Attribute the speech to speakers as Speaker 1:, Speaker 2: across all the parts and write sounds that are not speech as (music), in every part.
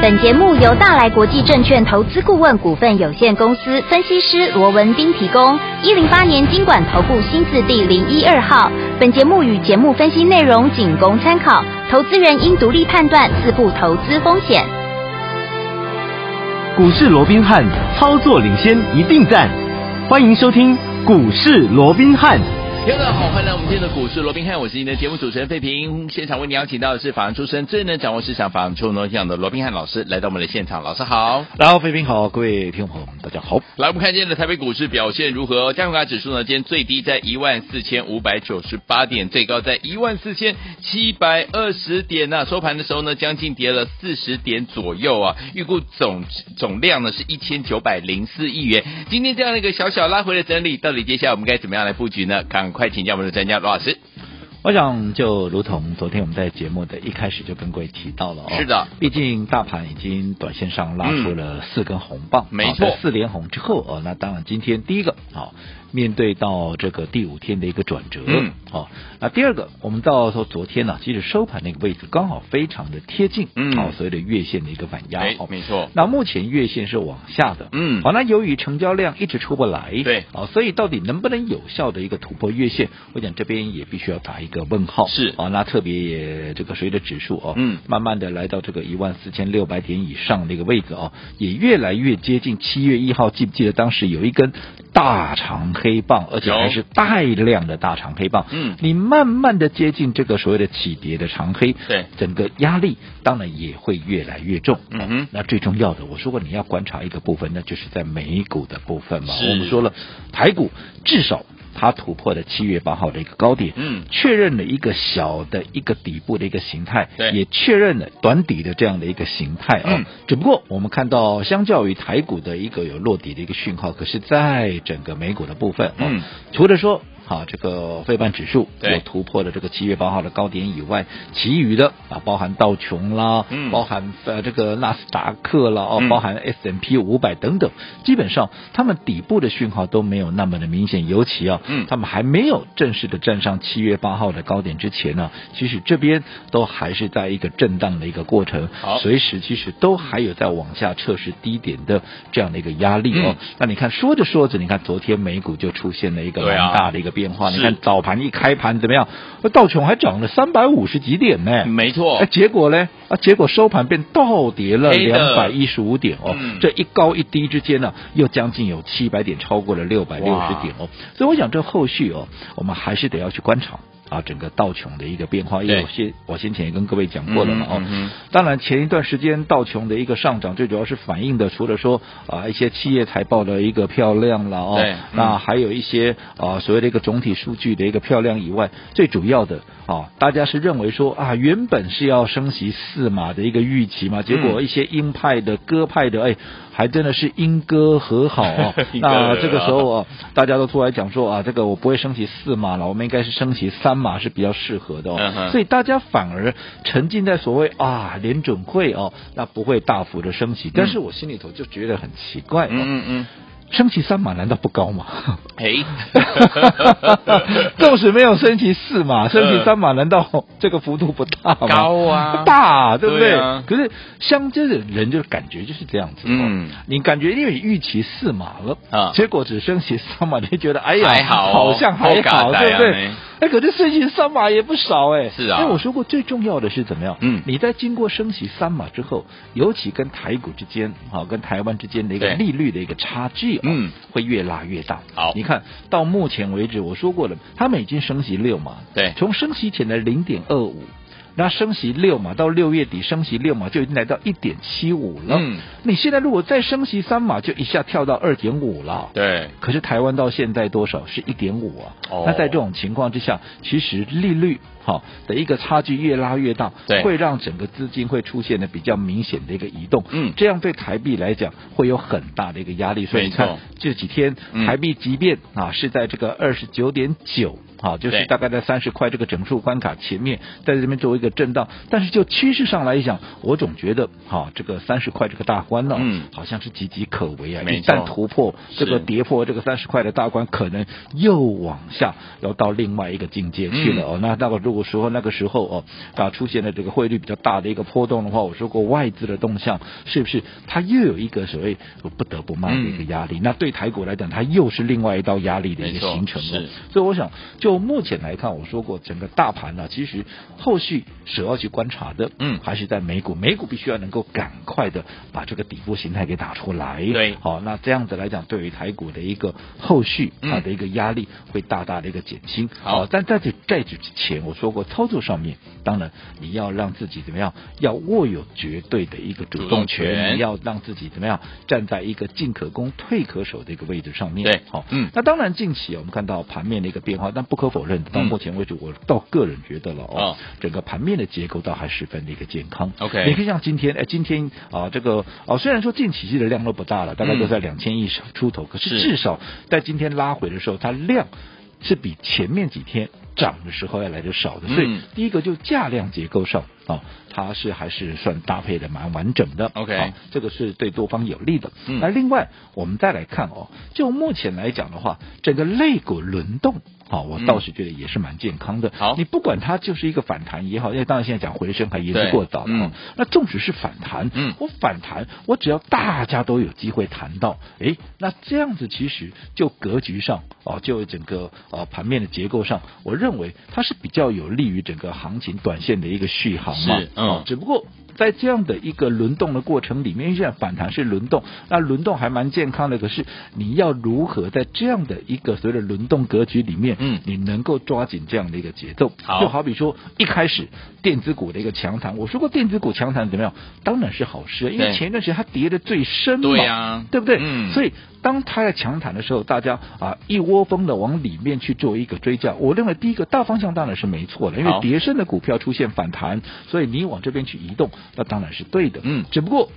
Speaker 1: 本节目由大来国际证券投资顾问股份有限公司分析师罗文斌提供。一零八年经管投顾新字第零一二号。本节目与节目分析内容仅供参考，投资人应独立判断，自负投资风险。
Speaker 2: 股市罗宾汉，操作领先，一定赞！欢迎收听股市罗宾汉。
Speaker 3: 听众好，欢迎来我们今天的股市罗宾汉，我是您的节目主持人费平。现场为您邀请到的是法案出身、最能掌握市场法案出动向的罗宾汉老师，来到我们的现场。老师好，
Speaker 4: 然后，飞平好，各位听众朋友们，大家好。
Speaker 3: 来我们看今天的台北股市表现如何？加权股价指数呢，今天最低在14,598点，最高在14,720点呐、收盘的时候呢，将近跌了40点左右啊。预估总总量呢是1,904亿元。今天这样的一个小小拉回的整理，到底接下来我们该怎么样来布局呢？赶快请教我们的专家罗老师。
Speaker 4: 我想就如同昨天我们在节目的一开始就跟各位提到了哦，
Speaker 3: 是的，
Speaker 4: 毕竟大盘已经短线上拉出了四根红棒，
Speaker 3: 嗯没
Speaker 4: 哦
Speaker 3: 错
Speaker 4: 在四连红之后哦，那当然今天第一个哦，面对到这个第五天的一个转折，
Speaker 3: 嗯，
Speaker 4: 哦，那第二个我们到说昨天呢、其实收盘那个位置刚好非常的贴近，
Speaker 3: 嗯
Speaker 4: 哦，所谓的月线的一个反压，
Speaker 3: 哎
Speaker 4: 哦，
Speaker 3: 没错
Speaker 4: 那目前月线是往下的，
Speaker 3: 嗯
Speaker 4: 好，那由于成交量一直出不来，
Speaker 3: 对
Speaker 4: 哦，所以到底能不能有效的一个突破月线，我讲这边也必须要打一个问号。
Speaker 3: 是
Speaker 4: 哦，那特别也这个随着指数哦，
Speaker 3: 嗯
Speaker 4: 慢慢的来到这个一万四千六百点以上的一个位置哦，也越来越接近七月一号，记不记得当时有一根大长黑棒，而且
Speaker 3: 有
Speaker 4: 还是带量的大长黑棒，
Speaker 3: 嗯
Speaker 4: 你慢慢的接近这个所谓的起跌的长黑，
Speaker 3: 对
Speaker 4: 整个压力当然也会越来越重。
Speaker 3: 嗯
Speaker 4: 哦
Speaker 3: 哼
Speaker 4: 那最重要的，我说过你要观察一个部分，那就是在美股的部分嘛。
Speaker 3: 是
Speaker 4: 我们说了，台股至少它突破了七月八号的一个高点，
Speaker 3: 嗯
Speaker 4: 确认了一个小的一个底部的一个形态，
Speaker 3: 对
Speaker 4: 也确认了短底的这样的一个形态啊、
Speaker 3: 嗯
Speaker 4: 只不过我们看到，相较于台股的一个有落底的一个讯号，可是在整个美股的部分，哦
Speaker 3: 嗯，
Speaker 4: 除了说。好，这个费半指数
Speaker 3: 对
Speaker 4: 有突破了这个七月八号的高点以外，其余的啊，包含道琼啦，
Speaker 3: 嗯
Speaker 4: 包含呃这个纳斯达克啦，哦，
Speaker 3: 嗯
Speaker 4: 包含 S M P 五百等等，基本上他们底部的讯号都没有那么的明显，尤其啊，
Speaker 3: 嗯
Speaker 4: 他们还没有正式的站上七月八号的高点之前呢，其实这边都还是在一个震荡的一个过程
Speaker 3: 好，
Speaker 4: 随时其实都还有在往下测试低点的这样的一个压力
Speaker 3: 嗯
Speaker 4: 哦。那你看说着说着，你看昨天美股就出现了一个
Speaker 3: 对
Speaker 4: 蛮
Speaker 3: 啊
Speaker 4: 大的一个变化，你
Speaker 3: 是
Speaker 4: 看早盘一开盘怎么样？呃道琼还涨了三百五十几点呢，
Speaker 3: 没错 (laughs)
Speaker 4: 哎，，结果呢？啊，结果收盘便倒跌了
Speaker 3: 哦黑
Speaker 4: 两百
Speaker 3: 的
Speaker 4: 一十五点哦，
Speaker 3: 嗯
Speaker 4: 这一高一低之间呢、又将近有七百点，超过了六百六
Speaker 3: 哇
Speaker 4: 十点哦。所以我想这后续哦，我们还是得要去观察。啊，整个道琼的一个变化，因为
Speaker 3: 对
Speaker 4: 我先我先前也跟各位讲过了嘛，哦
Speaker 3: 嗯，哼嗯哼
Speaker 4: 当然前一段时间道琼的一个上涨，最主要是反映的除了说啊一些企业财报的一个漂亮了哦，
Speaker 3: 对嗯。
Speaker 4: 那还有一些啊所谓的一个总体数据的一个漂亮以外，最主要的啊，大家是认为说啊，原本是要升息四码的一个预期嘛，结果一些鹰派的、鸽派的，哎，还真的是鹰鸽和好哦
Speaker 3: (laughs) 鹰鸽啊和好
Speaker 4: 那这个时候哦，大家都出来讲说啊，这个我不会升息四码了，我们应该是升息三码是比较适合的哦。
Speaker 3: 嗯哼
Speaker 4: 所以大家反而沉浸在所谓啊联准会哦，那不会大幅的升息，但是我心里头就觉得很奇怪哦，
Speaker 3: 嗯嗯嗯嗯，
Speaker 4: 升息三码难道不高吗？
Speaker 3: 哎，
Speaker 4: (laughs) 纵使没有升级四码，升级三码，难道这个幅度不大吗？
Speaker 3: 嗯高啊
Speaker 4: 大，对不对？
Speaker 3: 对啊
Speaker 4: 可是像这种人就感觉就是这样子、哦，
Speaker 3: (laughs) 嗯，
Speaker 4: 你感觉因为预期四码了
Speaker 3: 啊
Speaker 4: 结果只升级三码，你就觉得哎呀，
Speaker 3: 还好哦
Speaker 4: 好像还
Speaker 3: 好
Speaker 4: 好，
Speaker 3: 嘎呆
Speaker 4: 对
Speaker 3: 啊
Speaker 4: 不对
Speaker 3: 没？
Speaker 4: 哎，可是升息三码也不少哎，
Speaker 3: 是啊
Speaker 4: 因为我说过，最重要的是怎么样？
Speaker 3: 嗯
Speaker 4: 你在经过升息三码之后，尤其跟台股之间，好、跟台湾之间的一个
Speaker 3: 对
Speaker 4: 利率的一个差距、哦，
Speaker 3: 嗯，
Speaker 4: 会越拉越大。
Speaker 3: 好
Speaker 4: 你看到目前为止，我说过了，他们已经升息六嘛，
Speaker 3: 对
Speaker 4: 从升息前的零点二五。那升息六嘛，到六月底升息六嘛，就已经来到一点七五了。
Speaker 3: 嗯，
Speaker 4: 你现在如果再升息三码，就一下跳到二点五了。
Speaker 3: 对，
Speaker 4: 可是台湾到现在多少是一点五啊？
Speaker 3: 哦
Speaker 4: 那在这种情况之下，其实利率好、的一个差距越拉越大
Speaker 3: 对，
Speaker 4: 会让整个资金会出现的比较明显的一个移动。
Speaker 3: 嗯
Speaker 4: 这样对台币来讲会有很大的一个压力。所以你
Speaker 3: 没
Speaker 4: 看
Speaker 3: 错
Speaker 4: 这几天
Speaker 3: 嗯
Speaker 4: 台币即便、啊是在这个二十九点九。啊，就
Speaker 3: 对
Speaker 4: 是大概在三十块这个整数关卡前面，在这边做一个震荡，但是就趋势上来讲，我总觉得哈、这个三十块这个大关呢、
Speaker 3: 嗯
Speaker 4: 好像是岌岌可危啊，
Speaker 3: 没
Speaker 4: 一旦突
Speaker 3: 错
Speaker 4: 破这个
Speaker 3: 是
Speaker 4: 跌破这个
Speaker 3: 嗯
Speaker 4: 三十块的大关，可能又往下要到另外一个境界去了、哦。那那个如果说那个时候哦啊出现了这个汇率比较大的一个波动的话，我说过外资的动向是不是它又有一个所谓不得不卖的一个压力？那对台股来讲，它又是另外一道压力的一
Speaker 3: 嗯没
Speaker 4: 个
Speaker 3: 错
Speaker 4: 形成了
Speaker 3: 是。
Speaker 4: 所以我想，就目前来看，我说过整个大盘呢、其实后续所要去观察的，
Speaker 3: 嗯
Speaker 4: 还是在美股，美股必须要能够赶快的把这个底部形态给打出来。
Speaker 3: 对
Speaker 4: 好，那这样子来讲，对于台股的一个后续啊
Speaker 3: 嗯
Speaker 4: 它的一个压力会大大的一个减轻。
Speaker 3: 好
Speaker 4: 但在这在这之前，我说过操作上面，当然你要让自己怎么样，要握有绝对的一个主
Speaker 3: 主动
Speaker 4: 动
Speaker 3: 权
Speaker 4: 权，你要让自己怎么样站在一个进可攻退可守的一个位置上面。
Speaker 3: 对
Speaker 4: 好，
Speaker 3: 嗯
Speaker 4: 那当然近期我们看到盘面的一个变化，但不可否认，到
Speaker 3: 嗯
Speaker 4: 目前为止，我到个人觉得了
Speaker 3: 哦
Speaker 4: 哦，整个盘面的结构倒还十分的一个健康。
Speaker 3: OK
Speaker 4: 你可以像今天，哎，今天啊，这个哦，虽然说近期的量都不大了，大概
Speaker 3: 嗯
Speaker 4: 都在两千亿出头，可
Speaker 3: 是
Speaker 4: 是至少在今天拉回的时候，它量是比前面几天涨的时候要来的少的，所以
Speaker 3: 嗯
Speaker 4: 第一个就价量结构上啊，它是还是算搭配的蛮完整的。
Speaker 3: OK
Speaker 4: 啊这个是对多方有利的。
Speaker 3: 嗯
Speaker 4: 那另外我们再来看哦，就目前来讲的话，整个类股轮动。啊，我
Speaker 3: 嗯
Speaker 4: 倒是觉得也是蛮健康的。
Speaker 3: 好
Speaker 4: 你不管它就是一个反弹也好，因为当然现在讲回升还也
Speaker 3: 对
Speaker 4: 是过早了、
Speaker 3: 嗯
Speaker 4: 哦那纵使是反弹，
Speaker 3: 嗯
Speaker 4: 我反弹，我只要大家都有机会谈到，诶，那这样子其实就格局上哦，就整个呃盘面的结构上，我认为它是比较有利于整个行情短线的一个续航嘛
Speaker 3: 是，嗯
Speaker 4: 哦只不过。在这样的一个轮动的过程里面，因为现在反弹是轮动，那轮动还蛮健康的。可是你要如何在这样的一个所谓的轮动格局里面，
Speaker 3: 嗯
Speaker 4: 你能够抓紧这样的一个节奏？
Speaker 3: 好
Speaker 4: 就好比说一开始电子股的一个强弹，我说过电子股强弹怎么样？当然是好事，啊因为
Speaker 3: 对
Speaker 4: 前一段时间它跌的最深嘛，
Speaker 3: 对呀
Speaker 4: 对不对？
Speaker 3: 嗯
Speaker 4: 所以当它在强弹的时候，大家啊一窝蜂的往里面去做一个追加。我认为第一个大方向当然是没错的，因
Speaker 3: 好
Speaker 4: 为跌升的股票出现反弹，所以你往这边去移动，那当然是对的。
Speaker 3: 嗯
Speaker 4: 只不过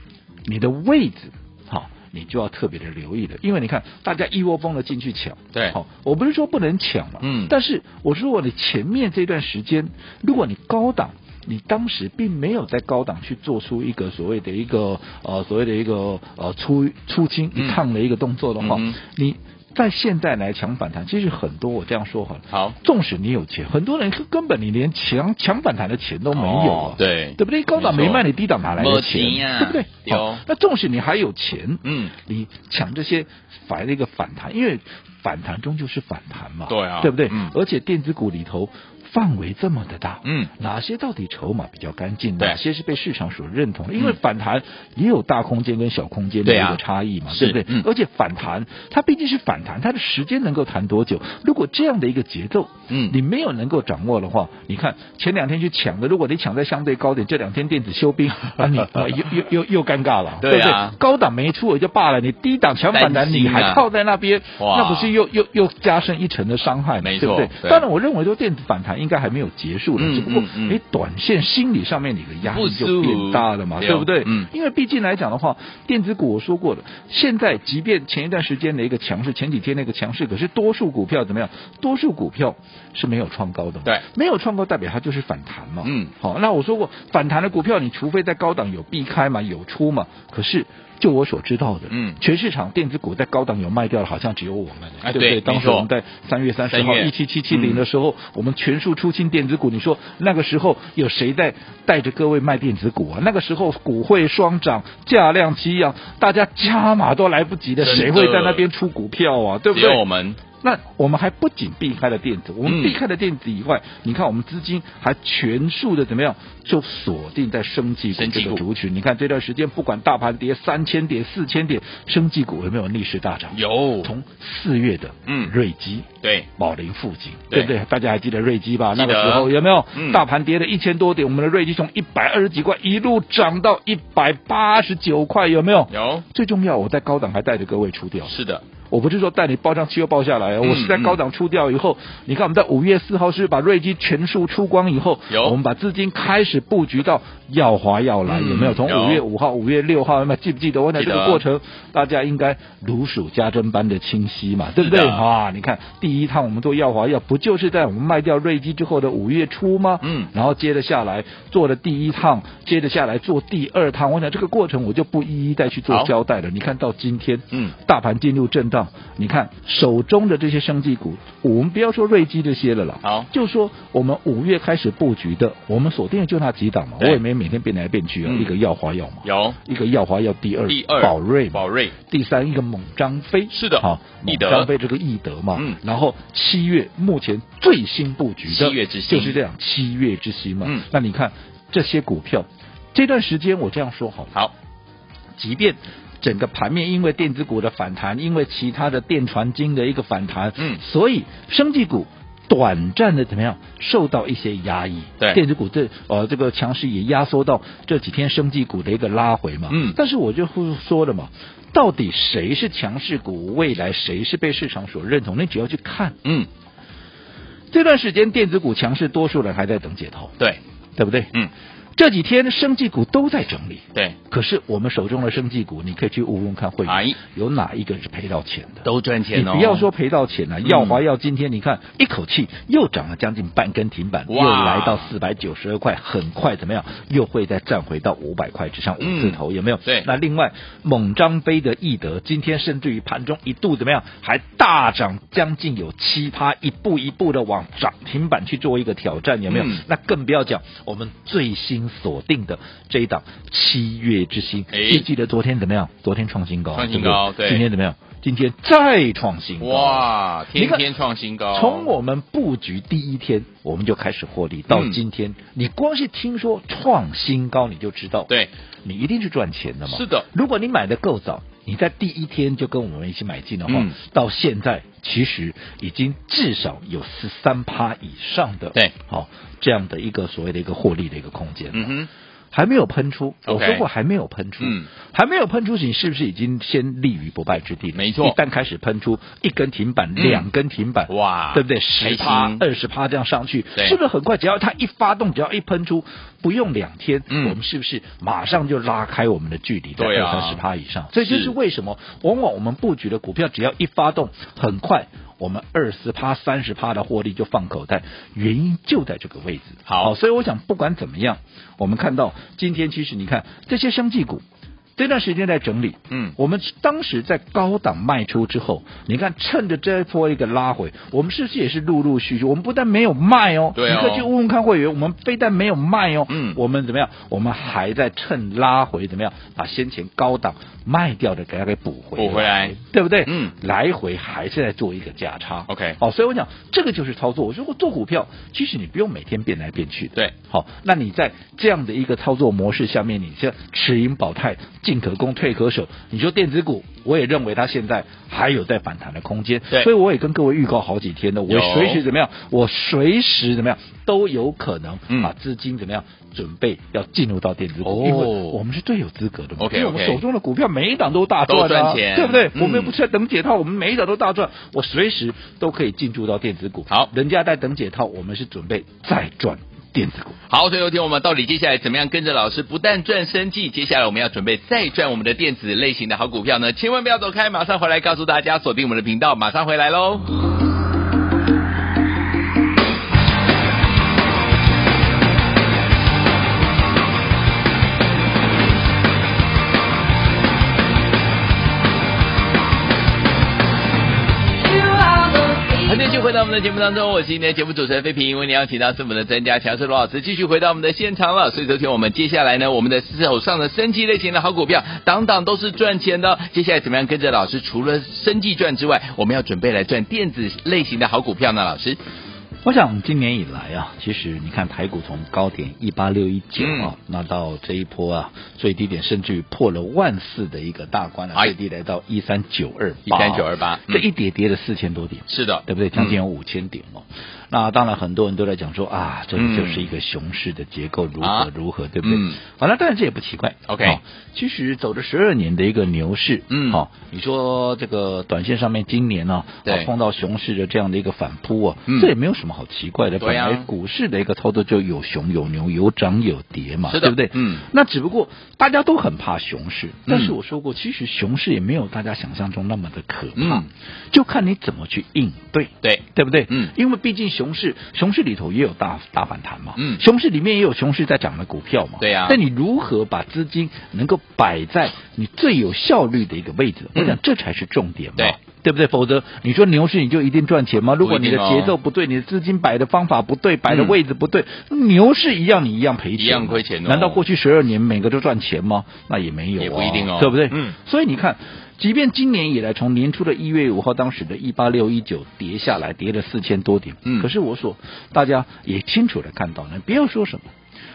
Speaker 4: 你的位置好。你就要特别的留意了，因为你看，大家一窝蜂的进去抢，
Speaker 3: 对
Speaker 4: 好、我不是说不能抢嘛，
Speaker 3: 哎嗯
Speaker 4: 但是我说我你前面这段时间，如果你高档。你当时并没有在高档去做出一个所谓的一个呃所谓的一个呃出出清
Speaker 3: 嗯
Speaker 4: 一趟的一个动作的话，
Speaker 3: 嗯哼
Speaker 4: 你在现在来抢反弹，其实很多我这样说好了，
Speaker 3: 好，
Speaker 4: 纵使你有钱，很多人根本你连抢抢反弹的钱都没有啊
Speaker 3: 哦，对
Speaker 4: 对不对？高档
Speaker 3: 没
Speaker 4: 没
Speaker 3: 错
Speaker 4: 卖，你低档哪来的
Speaker 3: 没钱啊
Speaker 4: 钱？对不对？
Speaker 3: 对哦
Speaker 4: 好那纵使你还有钱，
Speaker 3: 嗯，
Speaker 4: 你抢这些反那个反弹，因为反弹终究是反弹嘛，
Speaker 3: 对啊
Speaker 4: 对不对？
Speaker 3: 嗯
Speaker 4: 而且电子股里头范围这么的大，
Speaker 3: 嗯
Speaker 4: 哪些到底筹码比较干净，
Speaker 3: 对
Speaker 4: 哪些是被市场所认同的？因为
Speaker 3: 嗯
Speaker 4: 反弹也有大空间跟小空间的
Speaker 3: 对
Speaker 4: 一
Speaker 3: 啊
Speaker 4: 个差异嘛，
Speaker 3: 是
Speaker 4: 对不对？
Speaker 3: 嗯
Speaker 4: 而且反弹它毕竟是反弹，它的时间能够谈多久？如果这样的一个节奏，
Speaker 3: 嗯
Speaker 4: 你没有能够掌握的话，你看前两天去抢的，如果你抢在相对高点，这两天电子休
Speaker 3: (laughs)
Speaker 4: 兵，啊，你哇又又又又尴尬了，
Speaker 3: 对啊
Speaker 4: 不对？高档没出我就罢了，你低档抢反
Speaker 3: 担
Speaker 4: 弹，
Speaker 3: 心啊
Speaker 4: 你还靠在那边，
Speaker 3: 哇
Speaker 4: 那不是又又又加深一层的伤害嘛，
Speaker 3: 没
Speaker 4: 对不
Speaker 3: 错
Speaker 4: 对？
Speaker 3: 对
Speaker 4: 当然，我认为说电子反弹应该还没有结束的，
Speaker 3: 嗯
Speaker 4: 只不过
Speaker 3: 嗯嗯
Speaker 4: 你短线心理上面你的压力就
Speaker 3: 不舒服
Speaker 4: 变大了嘛，
Speaker 3: 对
Speaker 4: 对不对？
Speaker 3: 嗯
Speaker 4: 因为毕竟来讲的话，电子股我说过了，现在即便前一段时间的一个强势，前几天的一个强势，可是多数股票怎么样？多数股票是没有创高的嘛，
Speaker 3: 对，
Speaker 4: 没有创高代表它就是反弹嘛，
Speaker 3: 嗯
Speaker 4: 好，那我说过反弹的股票，你除非在高档有避开嘛，有出嘛，可是。就我所知道的，
Speaker 3: 嗯
Speaker 4: 全市场电子股在高档有卖掉的，好像只有我们，
Speaker 3: 啊
Speaker 4: 对不
Speaker 3: 对
Speaker 4: 对？当
Speaker 3: 没
Speaker 4: 时
Speaker 3: 错
Speaker 4: 我们在三月三十号
Speaker 3: 3月
Speaker 4: 一七七七零
Speaker 3: 嗯
Speaker 4: 的时候，我们全数出清电子股，你说那个时候有谁在带着各位卖电子股啊？那个时候股会双涨，价量齐扬，大家加码都来不及的，
Speaker 3: 真的
Speaker 4: 谁会在那边出股票啊？对不
Speaker 3: 只有我
Speaker 4: 对？
Speaker 3: 们
Speaker 4: 那我们还不仅避开了电子，我
Speaker 3: 嗯
Speaker 4: 们避开了电子以外，你看我们资金还全数的怎么样，就锁定在生技股
Speaker 3: 生技
Speaker 4: 这
Speaker 3: 股
Speaker 4: 个族群。你看这段时间，不管大盘跌三千点、四千点，生技股有没有逆势大涨？
Speaker 3: 有，
Speaker 4: 从四月的
Speaker 3: 嗯
Speaker 4: 瑞基。
Speaker 3: 对，
Speaker 4: 宝林附近，对
Speaker 3: 对
Speaker 4: 不对？大家还记得瑞基吧？
Speaker 3: 记得
Speaker 4: 那个时候有没有、
Speaker 3: 嗯
Speaker 4: 大盘跌了一千多点，我们的瑞基从一百二十几块一路涨到一百八十九块，有没有？
Speaker 3: 有，
Speaker 4: 最重要，我在高档还带着各位出掉，
Speaker 3: 是的，
Speaker 4: 我不是说带你报上去又报下来哦，
Speaker 3: 嗯
Speaker 4: 我是在高档出掉以后，你看我们在五月四号是不是把瑞基全数出光以后，
Speaker 3: 有
Speaker 4: 我们把资金开始布局到耀华耀来，
Speaker 3: 嗯
Speaker 4: 有没有？从
Speaker 3: 有
Speaker 4: 五月五号、五月六号，有没有记不记得？我讲
Speaker 3: 记得
Speaker 4: 这个过程，大家应该如数家珍般的清晰嘛，对不对？
Speaker 3: 是的
Speaker 4: 啊，你看第一趟我们做耀华耀，不就是在我们卖掉瑞基之后的五月初吗？
Speaker 3: 嗯
Speaker 4: 然后接着下来做了第一趟，接着下来做第二趟，我想这个过程我就不一一再去
Speaker 3: 好
Speaker 4: 做交代了。你看到今天，
Speaker 3: 嗯，
Speaker 4: 大盘进入震荡。上，你看手中的这些生技股，我们不要说瑞基这些了啦，
Speaker 3: 好
Speaker 4: 就说我们五月开始布局的，我们锁定的就那几档嘛，我
Speaker 3: 对
Speaker 4: 也没每天变来变去啊，
Speaker 3: 嗯
Speaker 4: 一个耀华药嘛，
Speaker 3: 有
Speaker 4: 一个耀华药第二，
Speaker 3: 第二
Speaker 4: 宝瑞嘛，
Speaker 3: 宝瑞
Speaker 4: 第三一个猛张飞，
Speaker 3: 是的
Speaker 4: 好，
Speaker 3: 易
Speaker 4: 猛
Speaker 3: 德
Speaker 4: 张飞这个易德嘛，
Speaker 3: 嗯
Speaker 4: 然后七月目前最新布局的，
Speaker 3: 七月之星
Speaker 4: 就是这样，七月之星嘛，
Speaker 3: 嗯
Speaker 4: 那你看这些股票，这段时间我这样说好了，
Speaker 3: 好，
Speaker 4: 即便整个盘面因为电子股的反弹，因为其他的电传经的一个反弹，
Speaker 3: 嗯
Speaker 4: 所以生技股。短暂的怎么样受到一些压抑？
Speaker 3: 对
Speaker 4: 电子股这呃这个强势也压缩到这几天生技股的一个拉回嘛。
Speaker 3: 嗯
Speaker 4: 但是我就会说了嘛，到底谁是强势股，未来谁是被市场所认同？你只要去看
Speaker 3: 嗯，
Speaker 4: 这段时间电子股强势，多数人还在等解套，
Speaker 3: 对，
Speaker 4: 对不对？
Speaker 3: 嗯，
Speaker 4: 这几天生技股都在整理。
Speaker 3: 对，
Speaker 4: 可是我们手中的生技股，你可以去问问看会员，
Speaker 3: 哎
Speaker 4: 有哪一个是赔到钱的？
Speaker 3: 都赚钱哦。
Speaker 4: 你不要说赔到钱了、
Speaker 3: 嗯
Speaker 4: 耀华药今天你看一口气又涨了将近半根停板，
Speaker 3: 哇
Speaker 4: 又来到四百九十二块，很快怎么样？又会再站回到五百块之上，五
Speaker 3: 嗯
Speaker 4: 字头、有没有？
Speaker 3: 对
Speaker 4: 那另外，猛张飞的易德今天甚至于盘中一度怎么样，还大涨将近有七趴，一步一步的往涨停板去做一个挑战，有没有？
Speaker 3: 嗯
Speaker 4: 那更不要讲我们最新锁定的这一档七月之星，
Speaker 3: 哎
Speaker 4: 记记得昨天怎么样？昨天创新高，
Speaker 3: 创新
Speaker 4: 不
Speaker 3: 高对
Speaker 4: 今天怎么样？今天再创新高，
Speaker 3: 哇，
Speaker 4: 你
Speaker 3: 天
Speaker 4: 看
Speaker 3: 天创新高，
Speaker 4: 从我们布局第一天，我们就开始获利，到
Speaker 3: 嗯
Speaker 4: 今天，你光是听说创新高，你就知道，
Speaker 3: 对，
Speaker 4: 你一定是赚钱的嘛。
Speaker 3: 是的，
Speaker 4: 如果你买的够早，你在第一天就跟我们一起买进的话，
Speaker 3: 嗯
Speaker 4: 到现在其实已经至少有十三趴以上的，
Speaker 3: 对，
Speaker 4: 好、这样的一个所谓的一个获利的一个空间。
Speaker 3: 嗯哼，
Speaker 4: 还没有喷出，我
Speaker 3: OK
Speaker 4: 说过还没有喷出，
Speaker 3: 嗯
Speaker 4: 还没有喷出，你是不是已经先立于不败之地了？
Speaker 3: 没错
Speaker 4: 一旦开始喷出一根停板、
Speaker 3: 嗯
Speaker 4: 两根停板，
Speaker 3: 哇
Speaker 4: 对不对？
Speaker 3: 开
Speaker 4: 十
Speaker 3: 心
Speaker 4: 趴、二十趴这样上去，
Speaker 3: 对
Speaker 4: 是不是很快？只要它一发动，只要一喷出，不用两天，
Speaker 3: 嗯
Speaker 4: 我们是不是马上就拉开我们的距离，在
Speaker 3: 对
Speaker 4: 二
Speaker 3: 啊
Speaker 4: 三十趴以上？所以这
Speaker 3: 是
Speaker 4: 是为什么，往往我们布局的股票只要一发动，很快。我们二十趴、三十趴的获利就放口袋，原因就在这个位置。
Speaker 3: 好
Speaker 4: 所以我想不管怎么样，我们看到今天其实你看这些生技股。这段时间在整理，
Speaker 3: 嗯
Speaker 4: 我们当时在高档卖出之后，你看趁着这一波一个拉回，我们是不是也是陆陆续续？我们不但没有卖哦，
Speaker 3: 对哦
Speaker 4: 你可以去问问看会员，我们非但没有卖哦，
Speaker 3: 嗯
Speaker 4: 我们怎么样？我们还在趁拉回怎么样，把先前高档卖掉的给它给补回
Speaker 3: 补回来，
Speaker 4: 对不对？
Speaker 3: 嗯
Speaker 4: 来回还是在做一个价差。
Speaker 3: OK
Speaker 4: 哦，所以我讲这个就是操作。我说过做股票，其实你不用每天变来变去的。
Speaker 3: 对，
Speaker 4: 好，那你在这样的一个操作模式下面，你像持盈保泰，进可攻，退可守。你说电子股，我也认为它现在还有在反弹的空间，
Speaker 3: 对
Speaker 4: 所以我也跟各位预告好几天的，我
Speaker 3: 有
Speaker 4: 随时怎么样，我随时怎么样都有可能
Speaker 3: 嗯
Speaker 4: 把资金怎么样准备要进入到电子股，
Speaker 3: 哦
Speaker 4: 因为我们是最有资格的嘛，
Speaker 3: OK，
Speaker 4: 因为我们
Speaker 3: OK
Speaker 4: 手中的股票每一档都大赚、啊，
Speaker 3: 都赚钱
Speaker 4: 对不对？
Speaker 3: 嗯
Speaker 4: 我们又不是在等解套，我们每一档都大赚，我随时都可以进驻到电子股。
Speaker 3: 好
Speaker 4: 人家在等解套，我们是准备再赚电子股。
Speaker 3: 好，所以有天我们到底接下来怎么样跟着老师不但赚生计，接下来我们要准备再赚我们的电子类型的好股票呢？千万不要走开，马上回来告诉大家，锁定我们的频道，马上回来喽。很继续回到我们的节目当中，我是今天的节目主持人飞平，为您邀请到是我们的专家强势罗老师继续回到我们的现场了。所以昨天我们接下来呢，我们的手上的生计类型的好股票，档档都是赚钱的。接下来怎么样跟着老师，除了生计赚之外，我们要准备来赚电子类型的好股票呢？老师，
Speaker 4: 我想今年以来啊，其实你看台股从高点一八六一九啊，那到这一波啊最低点，甚至于破了万四的一个大关了、
Speaker 3: 哎
Speaker 4: 最低来到一三九二八，
Speaker 3: 13928嗯
Speaker 4: 这一跌跌了四千多点。
Speaker 3: 是的，
Speaker 4: 对不对？将近有五千点哦。那当然，很多人都在讲说啊，这个就是一个熊市的结构，如
Speaker 3: 啊
Speaker 4: 何如何，对不对
Speaker 3: 嗯？
Speaker 4: 好了，当然这也不奇怪。
Speaker 3: OK
Speaker 4: 好其实走了十二年的一个牛市，
Speaker 3: 嗯
Speaker 4: 好，你说这个短线上面今年呢，
Speaker 3: 对
Speaker 4: 好碰到熊市的这样的一个反扑啊
Speaker 3: 嗯，
Speaker 4: 这也没有什么好奇怪的。
Speaker 3: 对
Speaker 4: 本
Speaker 3: 啊
Speaker 4: 来股市的一个操作就有熊有牛，有涨有跌嘛，
Speaker 3: 是
Speaker 4: 对
Speaker 3: 的
Speaker 4: 不对？
Speaker 3: 嗯
Speaker 4: 那只不过大家都很怕熊市，但是
Speaker 3: 嗯
Speaker 4: 我说过，其实熊市也没有大家想象中那么的可怕
Speaker 3: 嗯，
Speaker 4: 就看你怎么去应对。
Speaker 3: 对，
Speaker 4: 对不对？
Speaker 3: 嗯
Speaker 4: 因为毕竟熊市，熊市里头也有大大反弹嘛，
Speaker 3: 嗯
Speaker 4: 熊市里面也有熊市在涨的股票嘛，
Speaker 3: 对呀
Speaker 4: 但你如何把资金能够摆在你最有效率的一个位置？
Speaker 3: 嗯
Speaker 4: 我想这才是重点嘛，
Speaker 3: 对
Speaker 4: 对不对？否则你说牛市你就一定赚钱吗？如果你的
Speaker 3: 不一定哦
Speaker 4: 节奏不对，你的资金摆的方法不对，摆的
Speaker 3: 嗯
Speaker 4: 位置不对，牛市一样你一样赔钱，
Speaker 3: 一样亏钱哦
Speaker 4: 难道过去十二年每个都赚钱吗？那也没有、啊，
Speaker 3: 也不一定哦
Speaker 4: 对不对？
Speaker 3: 嗯
Speaker 4: 所以你看。即便今年以来，从年初的一月五号当时的一八六一九跌下来，跌了四千多点，
Speaker 3: 嗯
Speaker 4: 可是我所大家也清楚的看到呢，不要说什么，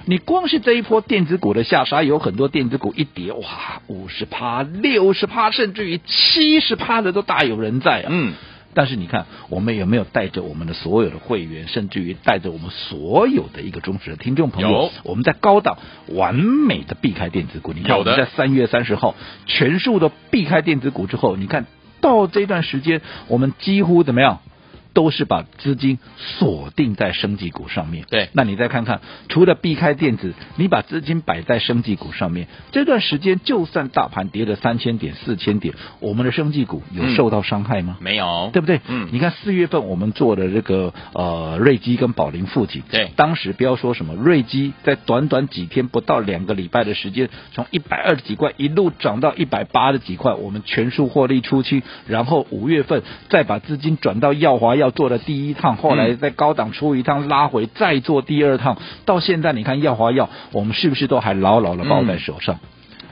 Speaker 4: 你光是这一波电子股的下杀，有很多电子股一跌，哇，五十趴、六十趴，甚至于七十趴的都大有人在啊。
Speaker 3: 嗯，
Speaker 4: 但是你看，我们有没有带着我们的所有的会员，甚至于带着我们所有的一个忠实的听众朋
Speaker 3: 有
Speaker 4: 友，我们在高档完美的避开电子股？你看
Speaker 3: 有
Speaker 4: 我
Speaker 3: 的
Speaker 4: 们在三月三十号全数的避开电子股之后，你看到这段时间，我们几乎怎么样？都是把资金锁定在升级股上面。
Speaker 3: 对
Speaker 4: 那你再看看，除了避开电子，你把资金摆在升级股上面，这段时间就算大盘跌了三千点、四千点，我们的升级股有
Speaker 3: 嗯
Speaker 4: 受到伤害吗？
Speaker 3: 没有，
Speaker 4: 对不对？
Speaker 3: 嗯
Speaker 4: 你看四月份我们做的这个呃瑞基跟宝林附近，
Speaker 3: 对
Speaker 4: 当时不要说什么瑞基，在短短几天不到两个礼拜的时间，从一百二十几块一路涨到一百八十几块，我们全数获利出清，然后五月份再把资金转到耀华要做的第一趟，后来
Speaker 3: 嗯
Speaker 4: 在高档出一趟拉回，再做第二趟，到现在你看耀华药，我们是不是都还牢牢的抱在
Speaker 3: 嗯
Speaker 4: 手上？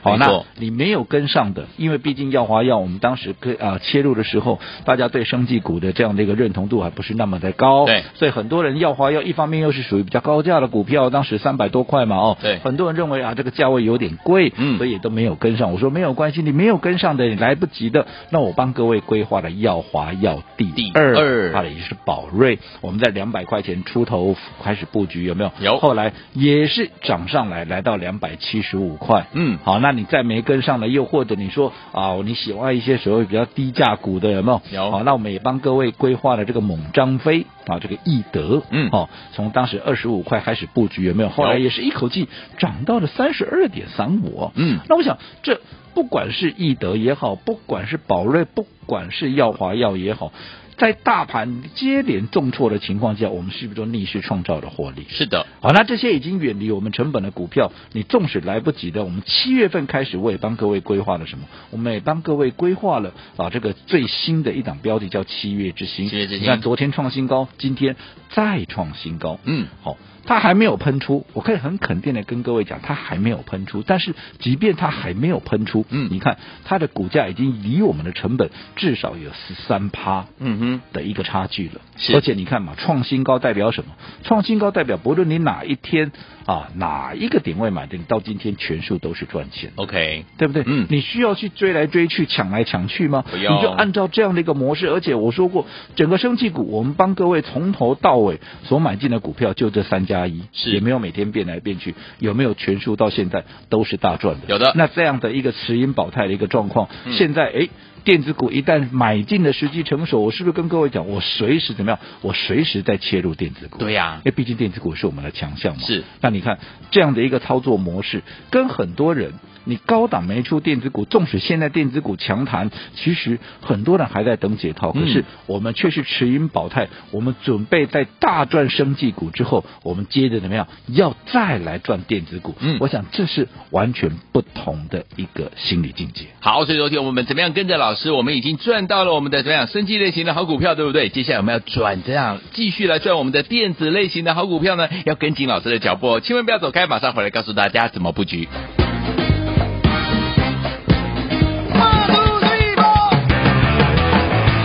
Speaker 3: 没
Speaker 4: 好，
Speaker 3: 错
Speaker 4: 那你没有跟上的，因为毕竟耀华药，我们当时跟啊、切入的时候，大家对生技股的这样的一个认同度还不是那么的高，
Speaker 3: 对，
Speaker 4: 所以很多人耀华药一方面又是属于比较高价的股票，当时三百多块嘛，哦，
Speaker 3: 对
Speaker 4: 很多人认为啊这个价位有点贵，
Speaker 3: 嗯
Speaker 4: 所以也都没有跟上。我说没有关系，你没有跟上的，你来不及的，那我帮各位规划了耀华药第
Speaker 3: 第
Speaker 4: 二，
Speaker 3: 二
Speaker 4: 它的也是宝瑞，我们在两百块钱出头开始布局，有没有？
Speaker 3: 有
Speaker 4: 后来也是涨上来，来到两百七十五块，
Speaker 3: 嗯
Speaker 4: 好，那你再没跟上的，又或者你说啊，你喜欢一些所谓比较低价股的，有没有？
Speaker 3: 有
Speaker 4: 好，那我们也帮各位规划了这个猛张飞啊，这个易德，
Speaker 3: 嗯
Speaker 4: 哦，从当时二十五块开始布局，有没有？后来
Speaker 3: 有
Speaker 4: 也是一口气涨到了三十二点三五，
Speaker 3: 嗯
Speaker 4: 那我想这不管是易德也好，不管是宝瑞，不管是耀华药也好。在大盘接连重挫的情况下，我们是不是都逆势创造了获利？
Speaker 3: 是的，
Speaker 4: 好，那这些已经远离我们成本的股票，你纵使来不及的，我们七月份开始我也帮各位规划了什么？我们也帮各位规划了啊，这个最新的一档标的叫七月之星。
Speaker 3: 七月之星
Speaker 4: 你看昨天创新高，今天再创新高。
Speaker 3: 嗯，
Speaker 4: 好、它还没有喷出，我可以很肯定的跟各位讲，它还没有喷出。但是即便它还没有喷出，
Speaker 3: 嗯
Speaker 4: 你看它的股价已经离我们的成本至少有十三趴。
Speaker 3: 嗯哼，
Speaker 4: 的一个差距了。
Speaker 3: 是
Speaker 4: 而且你看嘛，创新高代表什么？创新高代表不论你哪一天啊哪一个点位买的，你到今天全数都是赚钱。
Speaker 3: OK，
Speaker 4: 对不对？
Speaker 3: 嗯
Speaker 4: 你需要去追来追去、抢来抢去吗？
Speaker 3: 不
Speaker 4: 你
Speaker 3: 要
Speaker 4: 就按照这样的一个模式，而且我说过，整个生技股，我们帮各位从头到尾所买进的股票就这三加一，
Speaker 3: 是
Speaker 4: 也没有每天变来变去，有没有全数到现在都是大赚的？
Speaker 3: 有的
Speaker 4: 那这样的一个持盈保泰的一个状况，
Speaker 3: 嗯
Speaker 4: 现在哎。电子股一旦买进的时机成熟，我是不是跟各位讲，我随时怎么样？我随时在切入电子股。
Speaker 3: 对呀
Speaker 4: 因为毕竟电子股是我们的强项嘛。
Speaker 3: 啊是。
Speaker 4: 那你看这样的一个操作模式，跟很多人，你高档没出电子股，纵使现在电子股强弹，其实很多人还在等解套，
Speaker 3: 嗯
Speaker 4: 可是我们却是持盈保泰，我们准备在大赚生技股之后，我们接着怎么样，要再来赚电子股。
Speaker 3: 嗯
Speaker 4: 我想这是完全不同的一个心理境界。
Speaker 3: 好，所以昨天我们怎么样跟着老师，我们已经赚到了我们的怎么样生机类型的好股票，对不对？接下来我们要转这样继续来赚我们的电子类型的好股票呢，要跟紧老师的脚步哦，千万不要走开，马上回来告诉大家怎么布局。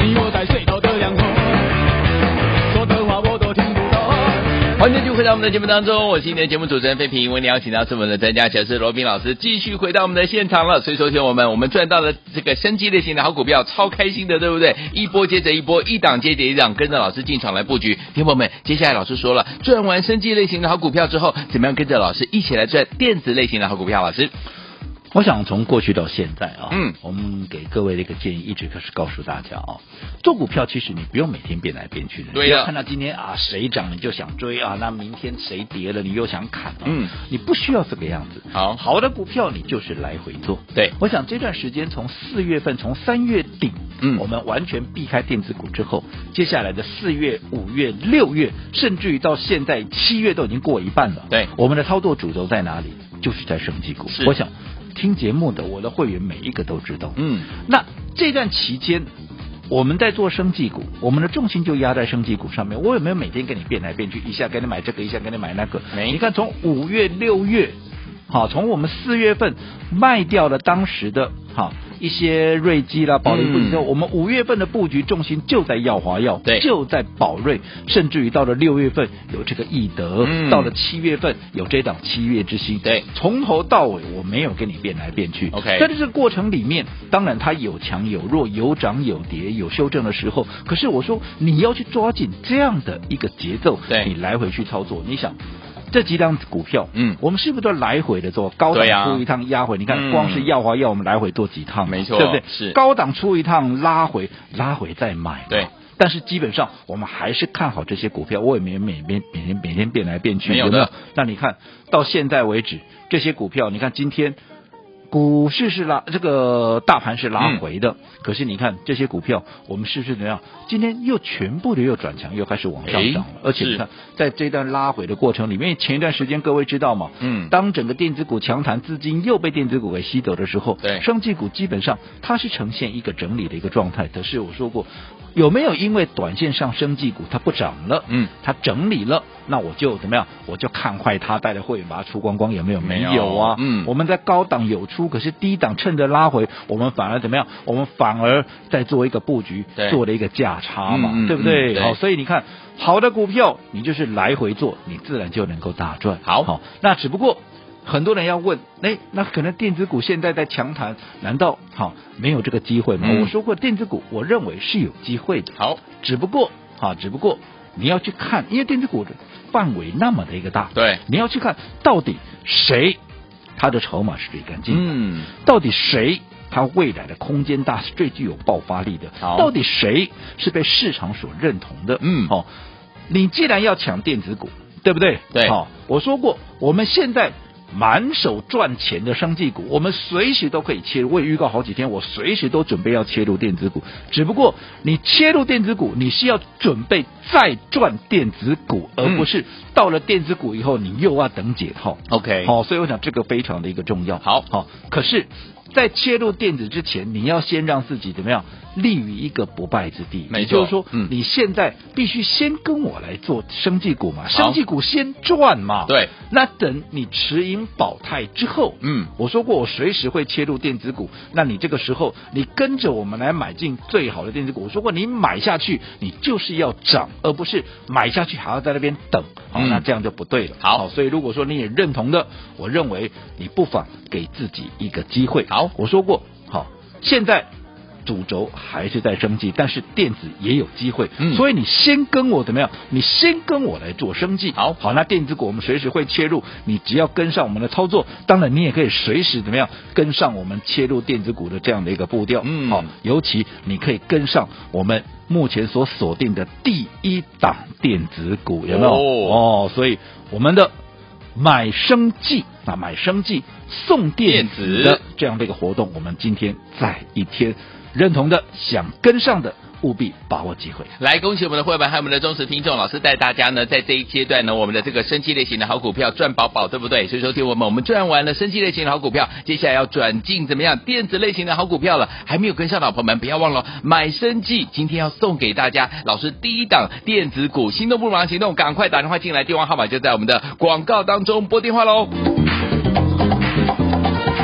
Speaker 5: 你我在水头的两头，说的话我都听不懂。
Speaker 3: 欢迎继续回到我们的节目当中，我是今天的节目主持人费平，为你邀请到是我们的专家乔师罗宾老师，继续回到我们的现场了。所以说，听我们，我们赚到了这个生机类型的好股票，超开心的，对不对？一波接着一波，一档接着一档，跟着老师进场来布局。听友们，接下来老师说了，赚完生机类型的好股票之后，怎么样跟着老师一起来赚电子类型的好股票？老师，
Speaker 4: 我想从过去到现在啊，
Speaker 3: 嗯
Speaker 4: 我们给各位的一个建议，一直可是告诉大家啊，做股票其实你不用每天变来变去的，
Speaker 3: 对
Speaker 4: 你不
Speaker 3: 呀
Speaker 4: 要看到今天啊谁涨你就想追啊，那明天谁跌了你又想砍、啊，
Speaker 3: 嗯，
Speaker 4: 你不需要这个样子。
Speaker 3: 好
Speaker 4: 好的股票你就是来回做。
Speaker 3: 对
Speaker 4: 我想这段时间从四月份，从三月底，
Speaker 3: 嗯
Speaker 4: 我们完全避开电子股之后，接下来的四月、五月、六月，甚至于到现在七月都已经过一半了。
Speaker 3: 对
Speaker 4: 我们的操作主轴在哪里？就是在生技股。
Speaker 3: 是
Speaker 4: 我想听节目的我的会员每一个都知道。
Speaker 3: 嗯，
Speaker 4: 那这段期间，我们在做生技股，我们的重心就压在生技股上面。我有没有每天跟你变来变去，一下给你买这个，一下给你买那个？
Speaker 3: 没
Speaker 4: 你看从五月、六月，好，从我们四月份卖掉了当时的好一些瑞基啦、宝瑞布局之后，
Speaker 3: 嗯
Speaker 4: 我们五月份的布局重心就在耀华药，
Speaker 3: 对
Speaker 4: 就在宝瑞，甚至于到了六月份有这个易德，
Speaker 3: 嗯
Speaker 4: 到了七月份有这档七月之星，
Speaker 3: 对
Speaker 4: 从头到尾我没有跟你变来变去
Speaker 3: OK
Speaker 4: 在这个过程里面，当然它有强有弱，有涨有跌，有修正的时候。可是我说你要去抓紧这样的一个节奏，
Speaker 3: 对
Speaker 4: 你来回去操作，你想。这几档股票，
Speaker 3: 嗯
Speaker 4: 我们是不是都来回的做高
Speaker 3: 对啊
Speaker 4: 档出一趟压回？你
Speaker 3: 嗯
Speaker 4: 看，光是耀华药，我们来回做几趟嘛，
Speaker 3: 没错
Speaker 4: 对不对？
Speaker 3: 是
Speaker 4: 高档出一趟拉回，拉回再买嘛。
Speaker 3: 对
Speaker 4: 但是基本上我们还是看好这些股票，我也没每天每天每天变来变去，
Speaker 3: 没有的
Speaker 4: 没有？那你看到现在为止，这些股票，你看今天股市是拉，这个大盘是拉
Speaker 3: 嗯
Speaker 4: 回的，可是你看这些股票，我们是不是怎么样？今天又全部的又转强，又开始往上
Speaker 3: 诶
Speaker 4: 涨了。而且
Speaker 3: 是
Speaker 4: 你看，在这段拉回的过程里面，前一段时间各位知道吗？
Speaker 3: 嗯
Speaker 4: 当整个电子股强弹，资金又被电子股给吸走的时候，
Speaker 3: 对
Speaker 4: 生技股基本上它是呈现一个整理的一个状态。可是我说过，有没有因为短线上生技股它不涨了，
Speaker 3: 嗯，
Speaker 4: 它整理了，那我就怎么样？我就看坏它，带着会员把它出光光，有没有？
Speaker 3: 没有
Speaker 4: 有啊，
Speaker 3: 嗯
Speaker 4: 我们在高档有出，可是低档趁着拉回，我们反而怎么样？我们反而在做一个布局
Speaker 3: 对，
Speaker 4: 做了一个价差嘛，
Speaker 3: 嗯嗯
Speaker 4: 对不对？
Speaker 3: 嗯对
Speaker 4: 好，所以你看，好的股票你就是来回做，你自然就能够大赚。
Speaker 3: 好
Speaker 4: 好，那只不过。很多人要问，哎，那可能电子股现在在强谈，难道好没有这个机会吗？
Speaker 3: 嗯
Speaker 4: 我说过，电子股我认为是有机会的。
Speaker 3: 好，
Speaker 4: 只不过啊，只不过你要去看，因为电子股的范围那么的一个大，
Speaker 3: 对
Speaker 4: 你要去看到底谁他的筹码是最干净的，
Speaker 3: 嗯，
Speaker 4: 到底谁。他未来的空间大是最具有爆发力的，
Speaker 3: 好
Speaker 4: 到底谁是被市场所认同的？
Speaker 3: 嗯
Speaker 4: 哦，你既然要抢电子股，对不对？
Speaker 3: 对
Speaker 4: 好、我说过，我们现在满手赚钱的生技股，我们随时都可以切入。我也预告好几天，我随时都准备要切入电子股。只不过你切入电子股，你是要准备再赚电子股，
Speaker 3: 嗯
Speaker 4: 而不是到了电子股以后，你又要等解套。
Speaker 3: OK
Speaker 4: 好、所以我想这个非常的一个重要。
Speaker 3: 好
Speaker 4: 好、可是。在切入电子之前，你要先让自己怎么样立于一个不败之地。
Speaker 3: 没错
Speaker 4: 也就是说，
Speaker 3: 嗯
Speaker 4: 你现在必须先跟我来做生技股嘛，生技股先赚嘛。
Speaker 3: 对，
Speaker 4: 那等你持盈保泰之后，
Speaker 3: 嗯
Speaker 4: 我说过我随时会切入电子股，那你这个时候你跟着我们来买进最好的电子股。我说过你买下去，你就是要涨，而不是买下去还要在那边等，好、
Speaker 3: 嗯
Speaker 4: 那这样就不对了。
Speaker 3: 好
Speaker 4: 所以如果说你也认同的，我认为你不妨给自己一个机会。
Speaker 3: 好
Speaker 4: 我说过，好，现在。主轴还是在生计，但是电子也有机会，
Speaker 3: 嗯
Speaker 4: 所以你先跟我怎么样？你先跟我来做生计，
Speaker 3: 好
Speaker 4: 好，那电子股我们随时会切入，你只要跟上我们的操作，当然你也可以随时怎么样跟上我们切入电子股的这样的一个步调。
Speaker 3: 嗯
Speaker 4: 好，尤其你可以跟上我们目前所锁定的第一档电子股，有没有？
Speaker 3: 哦
Speaker 4: 哦所以我们的买生计啊，买生计送电子
Speaker 3: 电
Speaker 4: 的
Speaker 3: 子
Speaker 4: 这样的一个活动，我们今天在一天认同的，想跟上的务必把握机会。
Speaker 3: 来，恭喜我们的会员和我们的忠实听众，老师带大家呢，在这一阶段呢，我们的这个升级类型的好股票赚饱饱，对不对？所以说，听我们，我们赚完了升级类型的好股票，接下来要转进怎么样电子类型的好股票了？还没有跟上的朋友们，不要忘了买生计，今天要送给大家老师第一档电子股，心动不如马上行动，赶快打电话进来，电话号码就在我们的广告当中，拨电话喽。